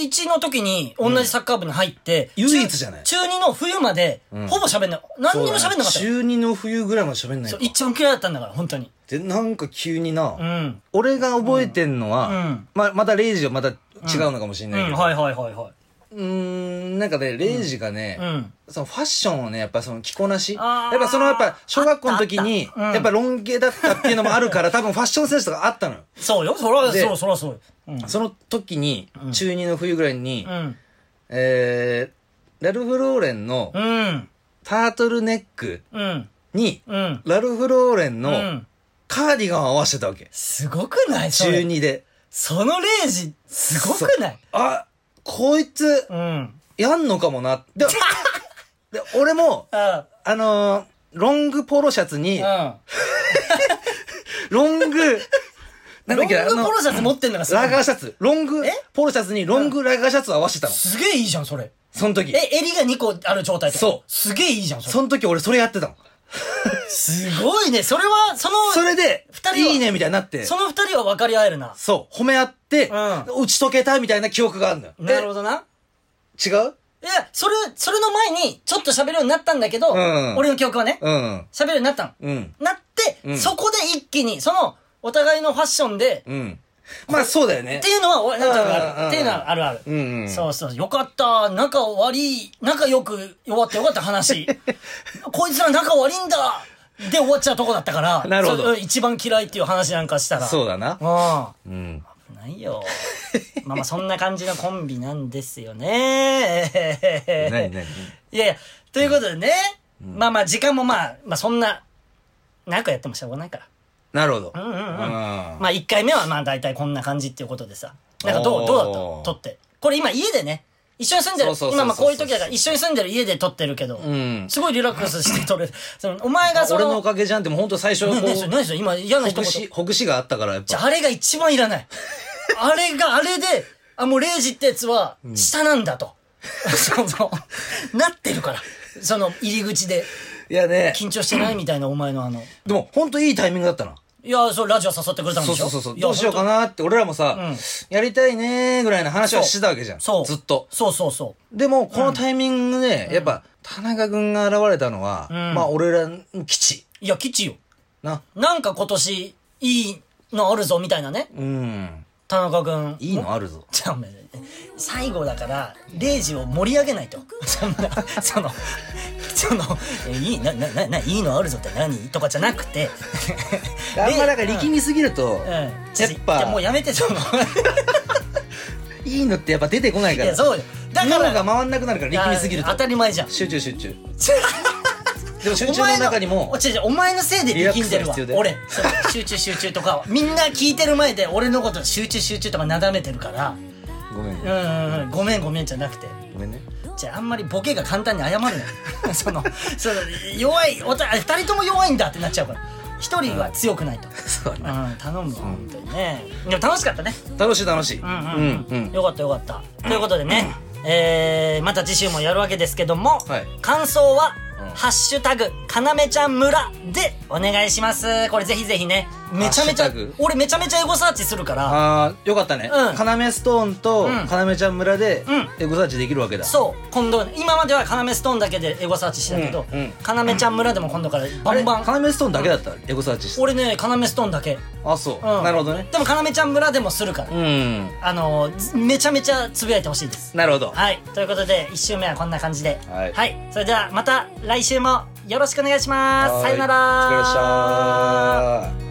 [SPEAKER 1] 1の時に同じサッカー部に入って、
[SPEAKER 2] うん
[SPEAKER 1] 中
[SPEAKER 2] 唯一じゃない
[SPEAKER 1] 中2の冬まで、
[SPEAKER 2] ん
[SPEAKER 1] ほぼ喋んない。何にも
[SPEAKER 2] そう
[SPEAKER 1] 喋
[SPEAKER 2] だ
[SPEAKER 1] んなか
[SPEAKER 2] な
[SPEAKER 1] ったよ。
[SPEAKER 2] 中2の冬ぐらいまで喋んない
[SPEAKER 1] そう
[SPEAKER 2] か。
[SPEAKER 1] 一番嫌いだったんだから、本当に。
[SPEAKER 2] で、なんか急にな、
[SPEAKER 1] うん。
[SPEAKER 2] 俺が覚えてんのは、
[SPEAKER 1] うんうん
[SPEAKER 2] ま、またレイジはまた違うのかもしれ
[SPEAKER 1] う
[SPEAKER 2] ないけ
[SPEAKER 1] ん、
[SPEAKER 2] ど、
[SPEAKER 1] はいはいはいは
[SPEAKER 2] うーん、なんかね、レイジがね、
[SPEAKER 1] い。うん。
[SPEAKER 2] そのファッションをね、やっぱその着こなし。
[SPEAKER 1] あー
[SPEAKER 2] やっぱそのやっぱ小学校の時に
[SPEAKER 1] あっ、たあったうん
[SPEAKER 2] やっぱロン毛だったっていうのもあるから、多分ファッションセンスとかあったのよ。
[SPEAKER 1] そうよ。そら、
[SPEAKER 2] で
[SPEAKER 1] そう、そらそうよ。うん。
[SPEAKER 2] その時に、中2の冬ぐらいに、
[SPEAKER 1] うん。
[SPEAKER 2] えー、ラルフ・ローレンの
[SPEAKER 1] うん。
[SPEAKER 2] タートルネック
[SPEAKER 1] うん。
[SPEAKER 2] に、
[SPEAKER 1] うん。
[SPEAKER 2] ラルフ・ローレン
[SPEAKER 1] う
[SPEAKER 2] の
[SPEAKER 1] ん。
[SPEAKER 2] カーディガンを合わせてたわけ。
[SPEAKER 1] すごくないそ
[SPEAKER 2] 中
[SPEAKER 1] れ
[SPEAKER 2] 2で。
[SPEAKER 1] その0時、すごくない
[SPEAKER 2] あ、こいつ、
[SPEAKER 1] うん。
[SPEAKER 2] やんのかもな。 で、で俺も、
[SPEAKER 1] あ
[SPEAKER 2] あのーロングポロシャツ
[SPEAKER 1] う
[SPEAKER 2] に
[SPEAKER 1] ん。、
[SPEAKER 2] ロン グ、なんだっけ、あ
[SPEAKER 1] ロング
[SPEAKER 2] の
[SPEAKER 1] ポ、ロシャツ持ってんのがすごい
[SPEAKER 2] ラガーシャツ、ロング
[SPEAKER 1] え、
[SPEAKER 2] ポロシャツにロングラガーシャツを合わせてたの。
[SPEAKER 1] すげえいいじゃん、それ。
[SPEAKER 2] その時
[SPEAKER 1] え、。襟が2個ある状態ってこと
[SPEAKER 2] そう
[SPEAKER 1] すげえいいじゃん、それ。
[SPEAKER 2] その時俺それやってたの。
[SPEAKER 1] すごいね。それは、その、
[SPEAKER 2] それで
[SPEAKER 1] 二人、はい
[SPEAKER 2] いねみたいになって、
[SPEAKER 1] その二人は分かり合えるな。
[SPEAKER 2] そう、褒め合って、
[SPEAKER 1] う
[SPEAKER 2] 打ち解けたみたいな記憶があるのよ。
[SPEAKER 1] なるほどな。
[SPEAKER 2] え違う
[SPEAKER 1] いや、それ、それの前に、ちょっと喋るようになったんだけど、
[SPEAKER 2] うん
[SPEAKER 1] 俺の記憶はね、
[SPEAKER 2] うん。
[SPEAKER 1] 喋るようになったの。
[SPEAKER 2] うん。
[SPEAKER 1] なって、
[SPEAKER 2] うん
[SPEAKER 1] そこで一気に、その、お互いのファッションで、
[SPEAKER 2] うん。まあそうだよね
[SPEAKER 1] って。いうのは、おなんかある。
[SPEAKER 2] うんうんうん
[SPEAKER 1] っていうのはあるある。
[SPEAKER 2] うんうん。
[SPEAKER 1] そうそう、よかった、仲悪い、仲良く終わってよかった 話。こいつら仲悪いんだで終わっちゃうとこだったから、
[SPEAKER 2] なるほど
[SPEAKER 1] それ一番嫌いっていう話なんかしたら。
[SPEAKER 2] そう
[SPEAKER 1] う。
[SPEAKER 2] だな。
[SPEAKER 1] あ
[SPEAKER 2] うん。
[SPEAKER 1] あ、ない よ。まあまあ、そんな感じのコンビなんですよね。
[SPEAKER 2] 何
[SPEAKER 1] い
[SPEAKER 2] 何
[SPEAKER 1] やいや、ということでね、まあまあ、時間もまあ、まあそんな、長くやってもしょうがないから。
[SPEAKER 2] なるほど。
[SPEAKER 1] うんうんうん
[SPEAKER 2] うん
[SPEAKER 1] まあ1回目はまあ大体こんな感じっていうことでさ。なんかど
[SPEAKER 2] お
[SPEAKER 1] う、
[SPEAKER 2] ー
[SPEAKER 1] どうだった撮って。これ今家でね、一緒に住んでる
[SPEAKER 2] そうそうそう、そう
[SPEAKER 1] 今まあこういう時だから一緒に住んでる家で撮ってるけど、
[SPEAKER 2] うん。
[SPEAKER 1] すごいリラックスして撮れる。 そのお前がそ
[SPEAKER 2] 俺
[SPEAKER 1] れ
[SPEAKER 2] のお
[SPEAKER 1] を、
[SPEAKER 2] かげじゃんって、もうほんと最初、こ
[SPEAKER 1] 何それ
[SPEAKER 2] う、
[SPEAKER 1] 何それ今嫌な一
[SPEAKER 2] ほぐ
[SPEAKER 1] 言
[SPEAKER 2] し、。ほぐしがあったから、やっ
[SPEAKER 1] じゃ
[SPEAKER 2] ぱ。
[SPEAKER 1] ああれが一番いら ない。あれが、あれで、あ、もうレイジってやつは、下なんだと。 その、なってるから。その入り口で、
[SPEAKER 2] いやね、
[SPEAKER 1] 緊張してないみたいなお前のあの、
[SPEAKER 2] でもほんといいタイミングだったな。
[SPEAKER 1] いや、そう、ラジオ誘ってくれたん
[SPEAKER 2] そ
[SPEAKER 1] で
[SPEAKER 2] う
[SPEAKER 1] し
[SPEAKER 2] そ
[SPEAKER 1] ょ
[SPEAKER 2] うそうそう。
[SPEAKER 1] いや
[SPEAKER 2] どうしようかなって、俺らもさ、やりたいねーぐらいの話はしてたわけじゃん。
[SPEAKER 1] そう。
[SPEAKER 2] ずっと。
[SPEAKER 1] そうそうそう。
[SPEAKER 2] でも、このタイミングで、やっぱ、田中くんが現れたのは、
[SPEAKER 1] うん
[SPEAKER 2] まあ、俺らの基地。
[SPEAKER 1] いや、基地よ。
[SPEAKER 2] な。
[SPEAKER 1] なんか今年、いいのあるぞ、みたいなね。
[SPEAKER 2] うん。
[SPEAKER 1] 田中くん。
[SPEAKER 2] いいのあるぞ。
[SPEAKER 1] じゃあ、お前最後だから、レイジを盛り上げないと。そんな、その、その、えいい、な、な、な、ないいのあるぞって何とかじゃなくて。
[SPEAKER 2] あんまだから
[SPEAKER 1] レイ
[SPEAKER 2] 力みすぎると、
[SPEAKER 1] うん。
[SPEAKER 2] やっ
[SPEAKER 1] じゃあも
[SPEAKER 2] ぱ
[SPEAKER 1] う、やめて、そ の。
[SPEAKER 2] いいのってやっぱ出てこない
[SPEAKER 1] い
[SPEAKER 2] から。
[SPEAKER 1] や、そうよ。だから、
[SPEAKER 2] 脳が回んなくなるから力みすぎ
[SPEAKER 1] い
[SPEAKER 2] る
[SPEAKER 1] や
[SPEAKER 2] と
[SPEAKER 1] 当。たり前じゃん。
[SPEAKER 2] 集中集中。でも集中の中に
[SPEAKER 1] お、
[SPEAKER 2] も
[SPEAKER 1] 前の違う違うお前のせいで力んでるわ
[SPEAKER 2] リラックスが必要だよ
[SPEAKER 1] 俺そう集中集中と かはみんな聞いてる前で俺のこと集中集中とかなだめてるから
[SPEAKER 2] ごめん
[SPEAKER 1] う
[SPEAKER 2] ね。
[SPEAKER 1] んうんうんごめんごめんじゃなくて
[SPEAKER 2] ごめんね。
[SPEAKER 1] じゃああんまりボケが簡単に謝るな そのその弱いおた2人とも弱いんだってなっちゃうから1人は強くないと、
[SPEAKER 2] そう
[SPEAKER 1] うん、
[SPEAKER 2] ね。
[SPEAKER 1] 頼むわ本当にねでも楽しかったね
[SPEAKER 2] 楽しい楽しい。う
[SPEAKER 1] うんん
[SPEAKER 2] う
[SPEAKER 1] うん、うん、
[SPEAKER 2] ん。
[SPEAKER 1] よかったよかったということでね、えー、また次週もやるわけですけども、
[SPEAKER 2] はい
[SPEAKER 1] 感想は
[SPEAKER 2] うん
[SPEAKER 1] 「ハッシュタグかなめちゃん村」でお願いしますこれぜひぜひねめちゃめち
[SPEAKER 2] ハ
[SPEAKER 1] ゃ
[SPEAKER 2] ッシュタグ
[SPEAKER 1] 俺めちゃめちゃエゴサーチするから
[SPEAKER 2] あー、よかったね。
[SPEAKER 1] うん
[SPEAKER 2] カナメストーンと
[SPEAKER 1] うん、
[SPEAKER 2] カナメちゃん村で
[SPEAKER 1] うん、
[SPEAKER 2] エゴサーチできるわけだ。
[SPEAKER 1] そう今度今まではかなめストーンだけでエゴサーチしてたけど
[SPEAKER 2] うんうん
[SPEAKER 1] かなめちゃん村でも今度から
[SPEAKER 2] あ
[SPEAKER 1] バ
[SPEAKER 2] れ
[SPEAKER 1] ンバン
[SPEAKER 2] カナメストーンだけだったエゴサーチして。
[SPEAKER 1] 俺ねかなめストーンだけ
[SPEAKER 2] あ、そう。
[SPEAKER 1] うん
[SPEAKER 2] なるほどね。
[SPEAKER 1] でもかなめちゃん村でもするから
[SPEAKER 2] うん。
[SPEAKER 1] あのずめちゃめちゃつぶやいてほしいです
[SPEAKER 2] なるほど。
[SPEAKER 1] はい。ということで、1週目はこんな感じで。
[SPEAKER 2] はい
[SPEAKER 1] それでは、また来週もよろしくお願いします。
[SPEAKER 2] はい
[SPEAKER 1] さよなら。
[SPEAKER 2] お疲れっした